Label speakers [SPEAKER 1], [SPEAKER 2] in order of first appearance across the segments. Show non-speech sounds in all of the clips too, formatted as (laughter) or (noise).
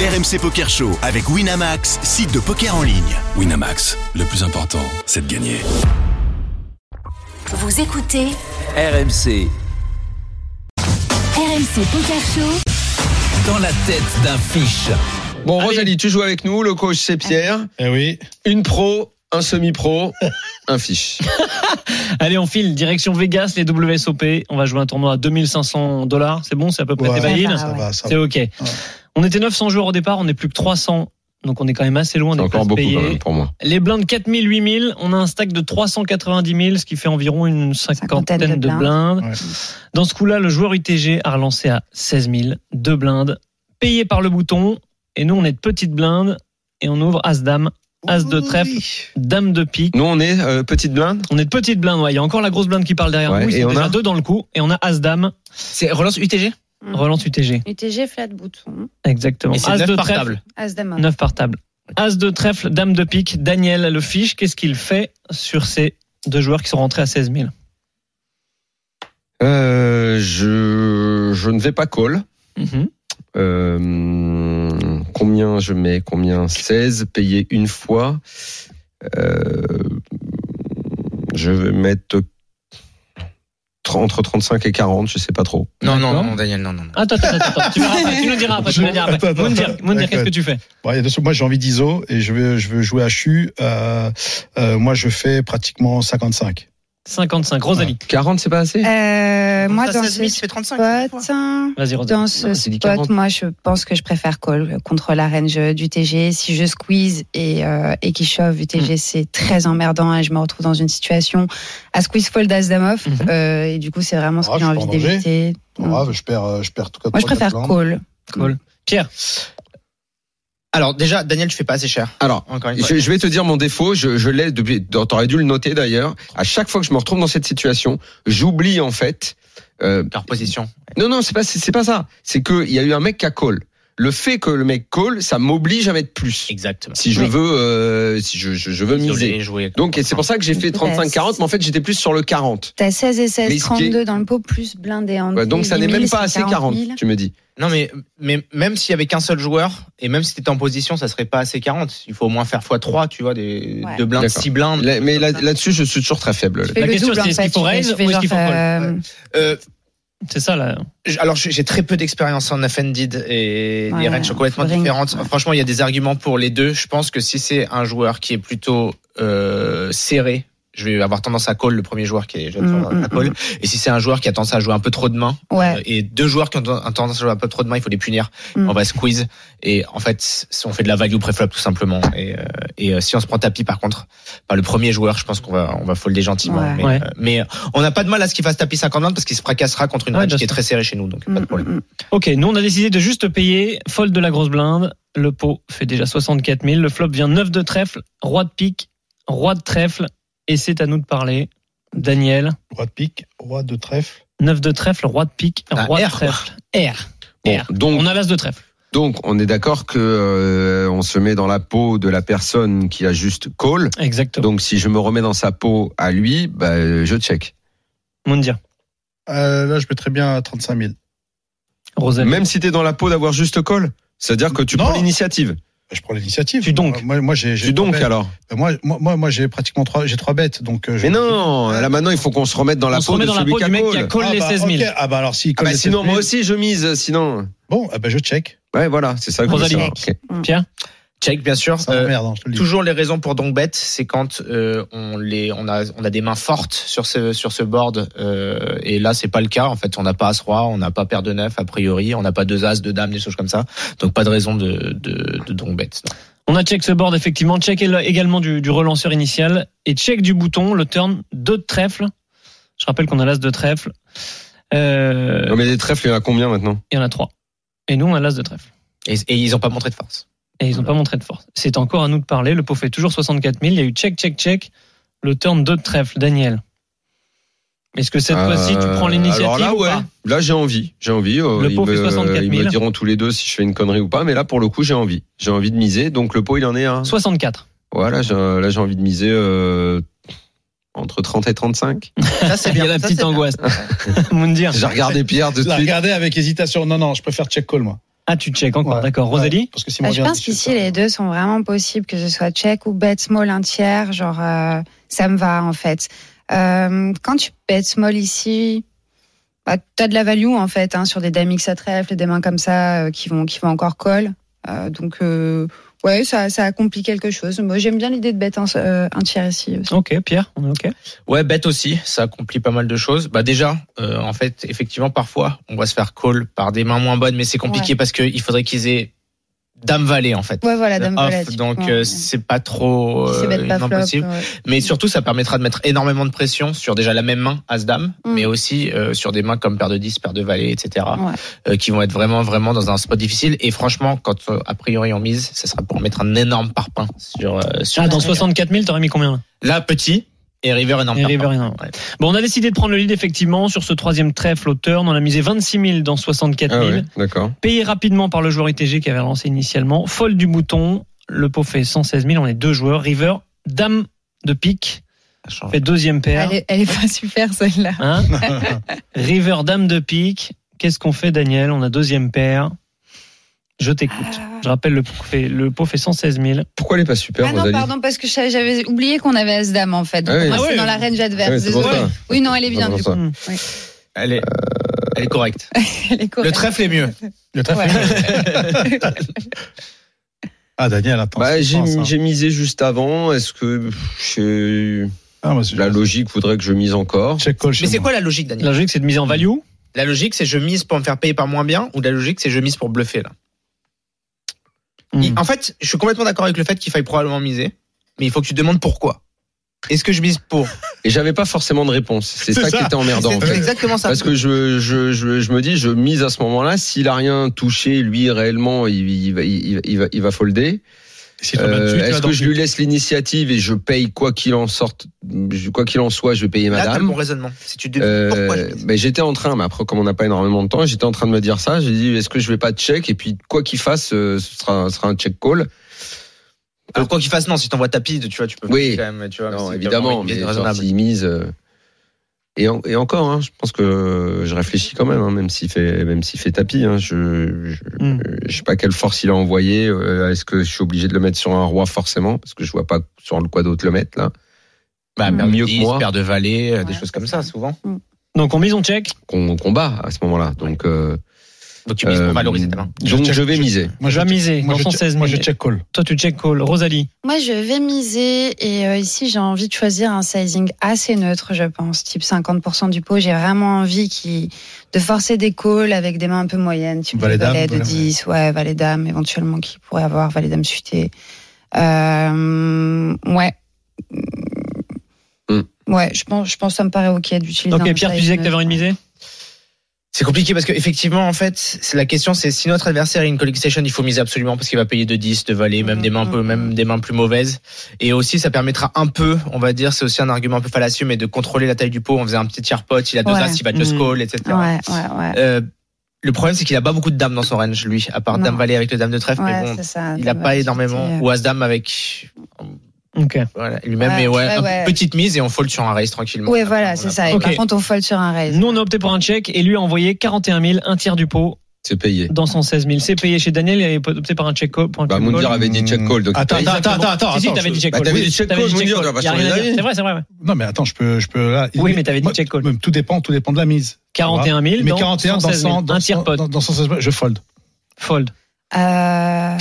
[SPEAKER 1] RMC Poker Show avec Winamax, site de poker en ligne.
[SPEAKER 2] Winamax, le plus important, c'est de gagner.
[SPEAKER 3] Vous écoutez
[SPEAKER 4] RMC,
[SPEAKER 3] RMC Poker Show.
[SPEAKER 4] dans la tête d'un fiche.
[SPEAKER 5] Bon, Rosalie, tu joues avec nous. Le coach, c'est Pierre.
[SPEAKER 6] Eh oui.
[SPEAKER 5] Une pro, un
[SPEAKER 6] (laughs)
[SPEAKER 5] semi-pro, un fiche.
[SPEAKER 6] Ah,
[SPEAKER 7] Allez, on file direction Vegas, les WSOP. On va jouer un tournoi à 2500 dollars. C'est bon, c'est à peu près
[SPEAKER 6] Ouais, Ah,
[SPEAKER 7] tes
[SPEAKER 8] Ah
[SPEAKER 7] buy-in
[SPEAKER 8] bah
[SPEAKER 6] ça va, bah, ça
[SPEAKER 7] C'est
[SPEAKER 6] va.
[SPEAKER 7] ok. On était 900 joueurs au départ, on est plus que 300. Donc on est quand même assez loin
[SPEAKER 5] C'est
[SPEAKER 7] des
[SPEAKER 5] encore
[SPEAKER 7] places
[SPEAKER 5] beaucoup
[SPEAKER 7] payées.
[SPEAKER 5] quand même pour moi.
[SPEAKER 7] Les blindes 4000, 8000. On a un stack de 390 000, ce qui fait environ une cinquantaine,
[SPEAKER 8] Cinquantaine
[SPEAKER 7] de
[SPEAKER 8] de
[SPEAKER 7] blindes.
[SPEAKER 6] Ouais.
[SPEAKER 7] Dans ce coup-là, le joueur UTG a relancé à 16 000, deux blindes, payées par le bouton. Et nous, on est de petites blindes et on ouvre As-Dame, As de trèfle, Dame de pique.
[SPEAKER 5] Nous, on est euh, petite blinde.
[SPEAKER 7] On est de petites blindes, ouais. Il y a encore la grosse blinde qui parle derrière
[SPEAKER 5] Ouais,
[SPEAKER 7] nous. Ils
[SPEAKER 5] et
[SPEAKER 7] sont
[SPEAKER 5] on
[SPEAKER 7] déjà
[SPEAKER 5] a
[SPEAKER 7] deux dans le coup. Et on a As-Dame,
[SPEAKER 9] C'est relance UTG
[SPEAKER 8] Mm.
[SPEAKER 7] relance UTG.
[SPEAKER 8] UTG flat bouton.
[SPEAKER 7] Exactement.
[SPEAKER 9] Et c'est
[SPEAKER 7] As
[SPEAKER 9] neuf
[SPEAKER 7] de
[SPEAKER 9] par
[SPEAKER 7] trèfle,
[SPEAKER 9] table.
[SPEAKER 8] As dame.
[SPEAKER 7] Neuf par table. As de trèfle, Dame de pique, Daniel le fiche. Qu'est-ce qu'il fait sur ces deux joueurs qui sont rentrés à 16 000
[SPEAKER 5] Euh, je, je ne vais pas call.
[SPEAKER 7] Mhm.
[SPEAKER 5] Euh, combien je mets Combien 16, payé une fois. Euh, je vais mettre 30, entre 35 et 40, je sais pas trop.
[SPEAKER 9] Non, non,
[SPEAKER 7] D'accord.
[SPEAKER 9] non, Daniel, non, non. non.
[SPEAKER 7] Attends, attends, attends, attends. Tu, verras après, tu nous diras après. Tu nous diras après.
[SPEAKER 6] Attends, attends,
[SPEAKER 7] Moundir,
[SPEAKER 6] attends.
[SPEAKER 7] Moundir, qu'est-ce
[SPEAKER 6] D'accord.
[SPEAKER 7] que tu fais
[SPEAKER 6] Bon, il y a deux trucs. moi j'ai envie d'ISO et je veux, je veux jouer à CHU. Euh, euh, moi je fais pratiquement 55.
[SPEAKER 7] 55. Rosalie,
[SPEAKER 5] 40, c'est pas assez
[SPEAKER 8] Euh, moi,
[SPEAKER 9] Ça,
[SPEAKER 8] dans
[SPEAKER 9] 16 000,
[SPEAKER 8] ce
[SPEAKER 9] ça fait 35.
[SPEAKER 8] spot, hein,
[SPEAKER 7] vas-y, Rosalie.
[SPEAKER 8] dans ce
[SPEAKER 5] Non, c'est du 40.
[SPEAKER 8] spot, moi, je pense que je préfère call contre la range du TG. Si je squeeze et, euh, et qu'il shove
[SPEAKER 7] Mm.
[SPEAKER 8] UTG, c'est très emmerdant et je me retrouve dans une situation à squeeze fold as dame off.
[SPEAKER 7] Mhm.
[SPEAKER 8] euh, et du coup, c'est vraiment ce
[SPEAKER 6] Ah,
[SPEAKER 8] que j'ai
[SPEAKER 6] je suis
[SPEAKER 8] envie
[SPEAKER 6] pas en danger.
[SPEAKER 8] d'éviter.
[SPEAKER 6] Pas
[SPEAKER 8] Mm. Moi,
[SPEAKER 6] grave, je perds, euh, je perds tout
[SPEAKER 8] je préfère call.
[SPEAKER 7] Call. Pierre,
[SPEAKER 9] Alors, déjà, Daniel, tu fais pas assez cher.
[SPEAKER 5] Alors,
[SPEAKER 9] Encore une fois.
[SPEAKER 5] Je, je vais te dire mon défaut, je, je l'ai depuis, t'aurais dû le noter d'ailleurs. À chaque fois que je me retrouve dans cette situation, j'oublie en fait. euh,
[SPEAKER 9] Car position.
[SPEAKER 5] non, non, c'est pas, c'est c'est pas ça. C'est que il y a eu un mec qui a call. Le fait que le mec call, ça m'oblige à mettre plus.
[SPEAKER 9] Exactement.
[SPEAKER 5] Si je veux, euh, si je, je, je veux miser.
[SPEAKER 9] Jouer.
[SPEAKER 5] Donc, et c'est pour ça que j'ai fait 35-40, mais en fait, j'étais plus sur le 40.
[SPEAKER 8] T'as 16 et 16,
[SPEAKER 5] Mais ce qui est-
[SPEAKER 8] 32 dans le pot, plus blindé en
[SPEAKER 5] Ouais, donc, ça n'est même pas assez 40, tu me dis.
[SPEAKER 9] Non, mais, mais même s'il y avait qu'un seul joueur, et même si t'étais en position, ça serait pas assez 40. Il faut au moins faire x3, tu vois, des
[SPEAKER 8] Ouais.
[SPEAKER 9] deux blindes,
[SPEAKER 5] D'accord.
[SPEAKER 9] six blindes.
[SPEAKER 5] Là- mais là- là-dessus, je suis toujours très faible.
[SPEAKER 8] Tu fais
[SPEAKER 7] La
[SPEAKER 8] le
[SPEAKER 7] question, c'est
[SPEAKER 8] double, en
[SPEAKER 7] est-ce qu'il
[SPEAKER 8] fait.
[SPEAKER 7] faut
[SPEAKER 8] Tu fais-
[SPEAKER 7] raise
[SPEAKER 8] tu fais
[SPEAKER 7] ou est-ce
[SPEAKER 8] genre,
[SPEAKER 7] qu'il faut call
[SPEAKER 8] euh,
[SPEAKER 9] Euh,
[SPEAKER 7] c'est ça là.
[SPEAKER 9] j- alors, j'ai j'ai très peu d'expérience en offended et
[SPEAKER 8] Ouais,
[SPEAKER 9] les ranges sont complètement
[SPEAKER 8] ring,
[SPEAKER 9] différentes.
[SPEAKER 8] ouais.
[SPEAKER 9] Franchement, il y a des arguments pour les deux. Je pense que si c'est un joueur qui est plutôt euh, serré, je vais avoir tendance à call le premier joueur qui est j'ai
[SPEAKER 8] Mm,
[SPEAKER 9] tendance à
[SPEAKER 8] mm,
[SPEAKER 9] call. Et si c'est un joueur qui a tendance à jouer un peu trop de mains,
[SPEAKER 8] Ouais.
[SPEAKER 9] euh, et deux joueurs qui ont tendance à jouer un peu trop de mains, il faut les punir.
[SPEAKER 8] Mm.
[SPEAKER 9] On va squeeze. Et en fait, si on fait de la value préflop tout simplement. Et, euh, et euh, si on se prend tapis par contre, par le premier joueur, je pense qu'on va on va folder gentiment.
[SPEAKER 8] Ouais.
[SPEAKER 9] Mais,
[SPEAKER 7] Ouais.
[SPEAKER 9] euh, mais, euh, on n'a pas de mal à ce qu'il fasse tapis 50 parce qu'il se fracassera contre une
[SPEAKER 7] Ouais,
[SPEAKER 9] range
[SPEAKER 7] bien
[SPEAKER 9] qui est
[SPEAKER 7] sûr.
[SPEAKER 9] très serrée chez nous, donc pas de problème.
[SPEAKER 8] Mm, mm, mm.
[SPEAKER 7] Ok, nous on a décidé de juste payer fold de la grosse blinde. Le pot fait déjà 64 000. Le flop vient 9 de trèfle, roi de pique, roi de trèfle. Et c'est à nous de parler. Daniel,
[SPEAKER 6] Roi de pique, roi de trèfle.
[SPEAKER 7] 9 de trèfle, roi de pique,
[SPEAKER 9] Ah,
[SPEAKER 7] roi de
[SPEAKER 9] R, quoi.
[SPEAKER 7] trèfle. R.
[SPEAKER 5] Bon,
[SPEAKER 7] R.
[SPEAKER 5] donc,
[SPEAKER 7] On a l'as de trèfle.
[SPEAKER 5] donc, on est d'accord que euh, on se met dans la peau de la personne qui a juste call.
[SPEAKER 7] Exactement.
[SPEAKER 5] Donc si je me remets dans sa peau à lui, bah, je check.
[SPEAKER 7] Mondia.
[SPEAKER 6] Euh, là je mettrais bien à 35 000.
[SPEAKER 7] Rosalie.
[SPEAKER 5] Même si t'es dans la peau d'avoir juste call, c'est-à-dire que tu
[SPEAKER 6] Non.
[SPEAKER 5] prends l'initiative.
[SPEAKER 6] Je prends l'initiative.
[SPEAKER 7] Tu donc.
[SPEAKER 6] Moi, moi j'ai. j'ai
[SPEAKER 5] Tu
[SPEAKER 6] trois
[SPEAKER 5] donc
[SPEAKER 6] bêtes.
[SPEAKER 5] alors.
[SPEAKER 6] Euh, Moi, moi, moi, moi, j'ai pratiquement trois. J'ai trois bêtes, donc. euh, je-
[SPEAKER 5] Mais non, là maintenant il faut qu'on se remette dans la
[SPEAKER 7] on se
[SPEAKER 5] peau
[SPEAKER 7] remet
[SPEAKER 5] de
[SPEAKER 7] dans la
[SPEAKER 5] celui
[SPEAKER 7] peau
[SPEAKER 5] qui a
[SPEAKER 7] du mec qui a
[SPEAKER 5] call.
[SPEAKER 7] call
[SPEAKER 6] ah,
[SPEAKER 7] les
[SPEAKER 6] bah,
[SPEAKER 7] 16 000.
[SPEAKER 6] ok. Ah bah alors si.
[SPEAKER 5] Ah
[SPEAKER 6] colle
[SPEAKER 5] bah,
[SPEAKER 6] les
[SPEAKER 5] sinon
[SPEAKER 6] 16 000.
[SPEAKER 5] moi aussi je mise, sinon.
[SPEAKER 6] Bon, ah bah je check.
[SPEAKER 5] Ouais voilà, c'est ça. que je veux
[SPEAKER 7] Rosalie.
[SPEAKER 5] savoir. Ok.
[SPEAKER 7] Pierre.
[SPEAKER 9] Check, bien sûr.
[SPEAKER 6] Ça
[SPEAKER 9] Euh,
[SPEAKER 6] m'emmerde, hein, je te le dis.
[SPEAKER 9] Toujours les raisons pour donc bet, c'est quand euh, on les on a on a des mains fortes sur ce sur ce board euh, et là c'est pas le cas en fait on n'a pas as roi on n'a pas paire de neuf a priori on n'a pas deux as deux dames des choses comme ça donc pas de raison de de, de donc bet.
[SPEAKER 7] On a check ce board effectivement. Check éle- également du, du relanceur initial. Et check du bouton, le turn 2 de trèfle. Je rappelle qu'on a l'as de trèfle. Euh,
[SPEAKER 5] Non mais les trèfles il y en a combien maintenant
[SPEAKER 7] Il y en a 3. Et nous on a l'as de trèfle.
[SPEAKER 9] Et, et ils ont pas montré de force.
[SPEAKER 7] Et
[SPEAKER 9] Ah
[SPEAKER 7] ils n'ont pas montré de force. C'est encore à nous de parler. Le pot fait toujours 64 000. Il y a eu check, check, check. Le turn 2 de trèfle. Daniel. Est-ce que cette
[SPEAKER 5] Euh,
[SPEAKER 7] fois-ci tu prends l'initiative
[SPEAKER 5] Alors là
[SPEAKER 7] ou
[SPEAKER 5] ouais,
[SPEAKER 7] pas
[SPEAKER 5] là j'ai envie, j'ai envie. euh,
[SPEAKER 7] Le
[SPEAKER 5] ils,
[SPEAKER 7] pot fait
[SPEAKER 5] me,
[SPEAKER 7] 64
[SPEAKER 5] ils
[SPEAKER 7] 000.
[SPEAKER 5] me diront tous les deux si je fais une connerie ou pas, mais là pour le coup j'ai envie, j'ai envie de miser. Donc le pot il en est à.
[SPEAKER 7] 64.
[SPEAKER 5] Voilà, j'ai- là j'ai envie de miser euh, entre 30 et 35.
[SPEAKER 9] Ça (laughs) c'est
[SPEAKER 7] Il y a la petite angoisse. (laughs) Moundir.
[SPEAKER 5] J'ai regardé Pierre de
[SPEAKER 6] Je la
[SPEAKER 5] suite.
[SPEAKER 6] regardais avec hésitation. Non, non, je préfère check call moi.
[SPEAKER 7] Ah, tu check encore,
[SPEAKER 6] Ouais.
[SPEAKER 7] d'accord.
[SPEAKER 6] Ouais,
[SPEAKER 7] Rosalie
[SPEAKER 6] parce que si
[SPEAKER 8] Bah,
[SPEAKER 6] mon
[SPEAKER 8] je
[SPEAKER 6] verre
[SPEAKER 8] pense
[SPEAKER 6] dit
[SPEAKER 8] qu'ici,
[SPEAKER 6] ça-
[SPEAKER 8] les deux sont vraiment possibles, que ce soit check ou bet small un tiers. Genre, euh, ça me va, en fait. Euh, quand tu bet small ici, bah, t'as de la value, en fait, hein, sur des dames X à trèfle, des mains comme ça, euh, qui, vont, qui vont encore call. Euh, donc, euh, ouais, ça, ça accomplit quelque chose. Moi, j'aime bien l'idée de bet un, euh, un tiers ici aussi.
[SPEAKER 7] Ok, Pierre, on est ok.
[SPEAKER 9] Ouais, bête aussi, ça accomplit pas mal de choses. Bah déjà, euh, en fait, effectivement, parfois, on va se faire call par des mains moins bonnes, mais c'est compliqué parce que il faudrait qu'ils aient dame valet en fait.
[SPEAKER 8] Ouais, voilà, dame
[SPEAKER 9] Off,
[SPEAKER 8] volette.
[SPEAKER 9] donc
[SPEAKER 8] Ouais,
[SPEAKER 9] euh,
[SPEAKER 8] ouais.
[SPEAKER 9] c'est pas trop
[SPEAKER 8] Si c'est
[SPEAKER 9] euh,
[SPEAKER 8] bet pas
[SPEAKER 9] non
[SPEAKER 8] flop,
[SPEAKER 9] possible.
[SPEAKER 8] ouais.
[SPEAKER 9] Mais surtout, ça permettra de mettre énormément de pression sur déjà la même main, As-Dame,
[SPEAKER 8] Mm.
[SPEAKER 9] mais aussi euh, sur des mains comme paire de 10, paire de valet, etc.,
[SPEAKER 8] Ouais.
[SPEAKER 9] euh, qui vont être vraiment, vraiment dans un spot difficile. Et franchement, quand euh, a priori on mise, ça sera pour mettre un énorme parpaing sur. euh, sur
[SPEAKER 7] Ah, dans
[SPEAKER 9] la-
[SPEAKER 7] 64 000, t'aurais mis combien là
[SPEAKER 9] Là, petit et River énorme.
[SPEAKER 7] Et
[SPEAKER 9] parpaing.
[SPEAKER 7] River énorme.
[SPEAKER 9] Ouais.
[SPEAKER 7] Bon, on a décidé de prendre le lead effectivement sur ce troisième trèfle au turn. On a misé 26 000 dans 64
[SPEAKER 5] Ah
[SPEAKER 7] 000.
[SPEAKER 5] ouais, d'accord.
[SPEAKER 7] Payé rapidement par le joueur ITG qui avait lancé initialement. Folle du bouton. Le pot fait 116 000. On est deux joueurs. River, dame de pique. Fait deuxième paire.
[SPEAKER 8] Elle est, elle est pas (laughs) super, celle-là.
[SPEAKER 7] Hein River, dame de pique. Qu'est-ce qu'on fait, Daniel On a deuxième paire. Je t'écoute. Je rappelle, le pot fait, le pot fait 116 000.
[SPEAKER 5] Pourquoi elle est pas super,
[SPEAKER 8] Ah non,
[SPEAKER 5] Rosalie
[SPEAKER 8] pardon, parce que je- j'avais oublié qu'on avait As-Dame en fait. Donc,
[SPEAKER 5] Ah oui.
[SPEAKER 8] moi,
[SPEAKER 5] Ah
[SPEAKER 8] c'est
[SPEAKER 7] oui.
[SPEAKER 8] dans la range
[SPEAKER 5] Ah
[SPEAKER 8] adverse.
[SPEAKER 5] ouais, c'est pour
[SPEAKER 8] désolée.
[SPEAKER 5] ça. Ah,
[SPEAKER 8] Oui, non, elle est bien
[SPEAKER 5] C'est pour
[SPEAKER 8] du
[SPEAKER 5] ça.
[SPEAKER 8] coup.
[SPEAKER 9] Elle est, elle est
[SPEAKER 7] (laughs)
[SPEAKER 9] correcte. (laughs)
[SPEAKER 8] Elle est
[SPEAKER 9] Le
[SPEAKER 8] correcte.
[SPEAKER 9] trèfle est mieux.
[SPEAKER 6] Le trèfle. Ah, Daniel, attends.
[SPEAKER 5] Bah,
[SPEAKER 6] c'est
[SPEAKER 5] j'ai,
[SPEAKER 6] intense, hein.
[SPEAKER 5] j'ai misé juste avant. Est-ce que pff, je-
[SPEAKER 6] Ah, bah, c'est-
[SPEAKER 5] la logique voudrait que je mise encore
[SPEAKER 6] Check call chez
[SPEAKER 9] Mais c'est
[SPEAKER 6] moi.
[SPEAKER 9] quoi la logique, Daniel
[SPEAKER 7] La logique, c'est de miser en value.
[SPEAKER 9] La logique, c'est je mise pour me faire payer par moins bien ou la logique, c'est je mise pour bluffer là Il-
[SPEAKER 7] Hmm.
[SPEAKER 9] En fait, je suis complètement d'accord avec le fait qu'il faille probablement miser, mais il faut que tu te demandes pourquoi. Est-ce que je mise pour
[SPEAKER 5] Et j'avais pas forcément de réponse. C'est,
[SPEAKER 6] C'est
[SPEAKER 5] ça, qui
[SPEAKER 6] ça.
[SPEAKER 5] était emmerdant. en
[SPEAKER 9] C'est
[SPEAKER 5] fait.
[SPEAKER 9] exactement ça.
[SPEAKER 5] Parce que je, je, je, je me dis, je mise à ce moment-là. S'il a rien touché, lui réellement, il, il va, il, va- il va, il va folder.
[SPEAKER 6] Si tu
[SPEAKER 5] Euh,
[SPEAKER 6] vas dessus, tu vas
[SPEAKER 5] est-ce
[SPEAKER 6] dans
[SPEAKER 5] que je
[SPEAKER 6] le-
[SPEAKER 5] lui laisse l'initiative et je paye quoi qu'il en sorte, je- quoi qu'il en soit, je vais payer
[SPEAKER 9] Là, t'as le
[SPEAKER 5] madame.
[SPEAKER 9] bon raisonnement. Si tu te demandes pourquoi je
[SPEAKER 5] Euh,
[SPEAKER 9] mise.
[SPEAKER 5] ben, j'étais en train, mais après comme on n'a pas énormément de temps, j'étais en train de me dire ça. J'ai dit est-ce que je vais pas check et puis quoi qu'il fasse, euh, ce sera, ce sera un check call.
[SPEAKER 9] Alors quoi qu'il fasse, non, si t'envoies tapis, tu vois, tu peux
[SPEAKER 5] Oui.
[SPEAKER 9] quand même, tu vois,
[SPEAKER 5] Non,
[SPEAKER 9] Ah, c'est
[SPEAKER 5] évidemment,
[SPEAKER 9] vraiment une
[SPEAKER 5] mais
[SPEAKER 9] mise
[SPEAKER 5] genre,
[SPEAKER 9] raisonnable.
[SPEAKER 5] s'il mise. euh, Et, en- et encore, hein, je pense que euh, je réfléchis quand même, hein, même s'il fait, même s'il fait tapis. hein, je, je,
[SPEAKER 7] Mm.
[SPEAKER 5] euh, je sais pas quelle force il a envoyé. euh, Est-ce que je suis obligé de le mettre sur un roi forcément parce que je vois pas sur le quoi d'autre le mettre là.
[SPEAKER 9] Bah,
[SPEAKER 8] Mm.
[SPEAKER 9] paire de
[SPEAKER 5] Mieux que
[SPEAKER 9] 10,
[SPEAKER 5] moi.
[SPEAKER 9] paire de valets, euh, des
[SPEAKER 8] Ouais,
[SPEAKER 9] choses comme ça, souvent.
[SPEAKER 7] Donc on mise, on check.
[SPEAKER 5] Qu'on combat à ce moment-là. Donc, euh,
[SPEAKER 9] Donc tu mises
[SPEAKER 5] euh,
[SPEAKER 9] pour valoriser ta main.
[SPEAKER 5] donc
[SPEAKER 6] Je-
[SPEAKER 5] je vais miser.
[SPEAKER 6] Moi,
[SPEAKER 7] je vais miser
[SPEAKER 6] moi,
[SPEAKER 7] dans
[SPEAKER 6] je
[SPEAKER 7] 116
[SPEAKER 6] check-
[SPEAKER 7] 000.
[SPEAKER 6] moi, je check call.
[SPEAKER 7] Toi, tu check call. Rosalie.
[SPEAKER 8] Moi, je vais miser et euh, ici, j'ai envie de choisir un sizing assez neutre, je pense, type 50% du pot. J'ai vraiment envie qui de forcer des calls avec des mains un peu moyennes, type
[SPEAKER 6] Valet dame,
[SPEAKER 8] valet, de
[SPEAKER 6] valet-
[SPEAKER 8] 10, ouais, valet dame éventuellement qui pourrait avoir valet dame suité. Euh, ouais.
[SPEAKER 5] Hmm.
[SPEAKER 8] Ouais, je pense, je pense que ça me paraît ok d'utiliser.
[SPEAKER 7] Ok,
[SPEAKER 8] un
[SPEAKER 7] Pierre, tu
[SPEAKER 8] size
[SPEAKER 7] disais que t'avais
[SPEAKER 8] neutre.
[SPEAKER 7] envie de miser
[SPEAKER 9] C'est compliqué parce que effectivement en fait c'est la question c'est si notre adversaire a une calling station il faut miser absolument parce qu'il va payer de 10 de valet même des mains un peu même des mains plus mauvaises et aussi ça permettra un peu on va dire c'est aussi un argument un peu fallacieux mais de contrôler la taille du pot on faisait un petit tiers pot il a deux
[SPEAKER 8] Ouais.
[SPEAKER 9] as il va just
[SPEAKER 7] Mhm.
[SPEAKER 9] call etc
[SPEAKER 8] Ouais, ouais, ouais.
[SPEAKER 9] Euh, le problème c'est qu'il a pas beaucoup de dames dans son range lui à part
[SPEAKER 8] Non.
[SPEAKER 9] dame valet avec le dame de trèfle
[SPEAKER 8] Ouais,
[SPEAKER 9] mais bon
[SPEAKER 8] c'est ça.
[SPEAKER 9] il a pas énormément ou as dame avec
[SPEAKER 7] Ok.
[SPEAKER 9] voilà, lui-même
[SPEAKER 8] euh, Ouais,
[SPEAKER 9] mais ouais,
[SPEAKER 8] ouais,
[SPEAKER 9] un-
[SPEAKER 8] ouais.
[SPEAKER 9] petite mise et on fold sur un raise tranquillement
[SPEAKER 8] Oui,
[SPEAKER 9] On a- on
[SPEAKER 8] voilà,
[SPEAKER 9] a
[SPEAKER 8] c'est
[SPEAKER 9] pas-
[SPEAKER 8] ça. Et
[SPEAKER 7] Ok.
[SPEAKER 8] par contre, on fold sur un raise.
[SPEAKER 7] Nous, on a opté pour un check et lui a envoyé 41 000, un tiers du pot
[SPEAKER 5] C'est payé.
[SPEAKER 7] dans 116 000. C'est payé chez Daniel et il a opté par un check call. Pour un
[SPEAKER 5] Bah,
[SPEAKER 7] check
[SPEAKER 5] Moundir
[SPEAKER 7] call.
[SPEAKER 5] avait dit check call. Donc
[SPEAKER 6] Attends,
[SPEAKER 5] il paye.
[SPEAKER 6] attends, attends, attends.
[SPEAKER 7] Si, si,
[SPEAKER 6] attends,
[SPEAKER 7] t'avais
[SPEAKER 6] je-
[SPEAKER 7] dit check
[SPEAKER 5] Bah,
[SPEAKER 7] call.
[SPEAKER 5] t'avais
[SPEAKER 7] Oui,
[SPEAKER 5] dit check
[SPEAKER 7] t'avais
[SPEAKER 5] call,
[SPEAKER 7] dit
[SPEAKER 5] Mounir,
[SPEAKER 7] call.
[SPEAKER 5] on va
[SPEAKER 7] Il y a
[SPEAKER 5] sur
[SPEAKER 7] rien
[SPEAKER 5] les
[SPEAKER 7] à dire.
[SPEAKER 5] avis.
[SPEAKER 7] C'est vrai, c'est vrai. ouais.
[SPEAKER 6] Non, mais attends, je peux. Je peux là,
[SPEAKER 7] Oui,
[SPEAKER 6] il-
[SPEAKER 7] mais t'avais dit
[SPEAKER 6] moi-
[SPEAKER 7] check call.
[SPEAKER 6] même Tout dépend, tout dépend de la mise.
[SPEAKER 7] 41 000
[SPEAKER 6] Mais
[SPEAKER 7] dans
[SPEAKER 6] 41 dans
[SPEAKER 7] 116 000.
[SPEAKER 6] 100, dans
[SPEAKER 7] un tiers
[SPEAKER 6] 100,
[SPEAKER 7] pot.
[SPEAKER 6] dans- dans 116 je fold.
[SPEAKER 7] Fold.
[SPEAKER 8] Euh,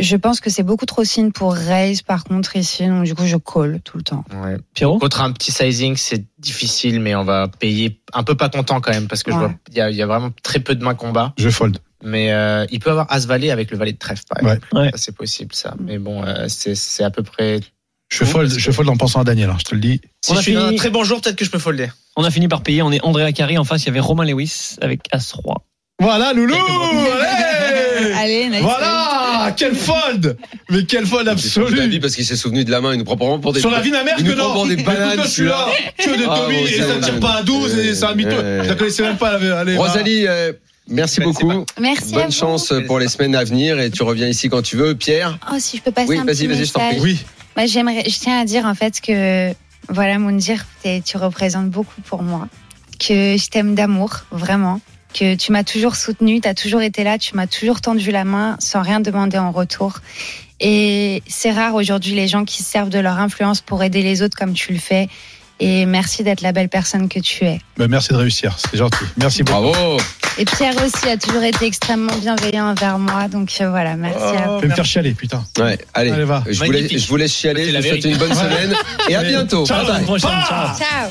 [SPEAKER 8] je pense que c'est beaucoup trop signe pour raise, par contre, ici. Donc, du coup, je call tout le temps.
[SPEAKER 9] Ouais.
[SPEAKER 7] Pierrot
[SPEAKER 9] Contre un petit sizing, c'est difficile, mais on va payer un peu pas content quand même, parce que je
[SPEAKER 8] Ouais.
[SPEAKER 9] vois, il y a, il y a vraiment très peu de mains combat.
[SPEAKER 6] Je fold.
[SPEAKER 9] Mais euh, il peut avoir As-Valet avec le Valet de Trèfle, par
[SPEAKER 6] Ouais.
[SPEAKER 9] exemple.
[SPEAKER 7] Ouais.
[SPEAKER 9] Ça, C'est possible, ça. Mais bon, euh, c'est c'est à peu près.
[SPEAKER 6] Je fold, je fold en pensant à Daniel, hein, je te le dis.
[SPEAKER 9] Si
[SPEAKER 7] On
[SPEAKER 9] je
[SPEAKER 7] a
[SPEAKER 9] suis dans
[SPEAKER 7] fini.
[SPEAKER 9] un très bon jour, peut-être que je peux folder.
[SPEAKER 7] On a fini par payer. On est André Carré. En face, il y avait Romain Lewis avec As-3.
[SPEAKER 6] Voilà, Loulou! allez
[SPEAKER 8] (laughs) Allez, nice.
[SPEAKER 6] Voilà Quel fold Mais quel fold
[SPEAKER 5] Il s'est souvenu de la vie
[SPEAKER 6] absolu
[SPEAKER 5] parce qu'il s'est souvenu de la main. Il nous prend vraiment pour des.
[SPEAKER 6] Sur la vie de ma mère
[SPEAKER 5] Il
[SPEAKER 6] que
[SPEAKER 5] nous prend
[SPEAKER 6] non
[SPEAKER 5] pour des
[SPEAKER 6] Écoute,
[SPEAKER 5] bananes,
[SPEAKER 6] moi, je suis là Que de
[SPEAKER 5] Ah,
[SPEAKER 6] Tommy
[SPEAKER 5] bon,
[SPEAKER 6] et
[SPEAKER 5] c'est
[SPEAKER 6] ça
[SPEAKER 5] bon,
[SPEAKER 6] tire
[SPEAKER 5] bon.
[SPEAKER 6] pas à 12 et c'est un mytho.
[SPEAKER 5] Ouais.
[SPEAKER 6] Je la connaissais même pas, la- allez, voilà.
[SPEAKER 5] Rosalie, euh, merci
[SPEAKER 9] Ben,
[SPEAKER 5] beaucoup.
[SPEAKER 8] Merci. à
[SPEAKER 5] Bonne
[SPEAKER 8] vous.
[SPEAKER 5] chance pour les semaines à venir et tu reviens ici quand tu veux. Pierre,
[SPEAKER 8] Oh, si je peux passer
[SPEAKER 5] Oui,
[SPEAKER 8] un
[SPEAKER 5] vas-y,
[SPEAKER 8] petit
[SPEAKER 5] vas-y, je t'en
[SPEAKER 8] message.
[SPEAKER 5] prie.
[SPEAKER 6] Oui,
[SPEAKER 8] Moi, j'aimerais, je tiens à dire en fait que voilà, Moundir, t'es- tu représentes beaucoup pour moi, que je t'aime d'amour, vraiment. que tu m'as toujours soutenu, tu as toujours été là, tu m'as toujours tendu la main sans rien demander en retour. Et c'est rare aujourd'hui les gens qui se servent de leur influence pour aider les autres comme tu le fais. Et merci d'être la belle personne que tu es.
[SPEAKER 6] Ben, merci de réussir, c'est gentil. Merci beaucoup.
[SPEAKER 5] Bravo
[SPEAKER 8] Et Pierre aussi a toujours été extrêmement bienveillant envers moi. Donc euh, voilà, merci à vous.
[SPEAKER 6] Je vais me faire chialer, putain.
[SPEAKER 5] Ouais, allez.
[SPEAKER 6] Allez, va.
[SPEAKER 5] Je vous, laisse,
[SPEAKER 9] Magnifique.
[SPEAKER 5] je vous laisse chialer,
[SPEAKER 9] C'est
[SPEAKER 5] je
[SPEAKER 9] la
[SPEAKER 5] vous souhaite
[SPEAKER 9] vérité.
[SPEAKER 5] une bonne semaine et à bientôt.
[SPEAKER 6] Ciao, à la
[SPEAKER 5] Bye bye.
[SPEAKER 6] prochaine. Ciao.
[SPEAKER 8] Ciao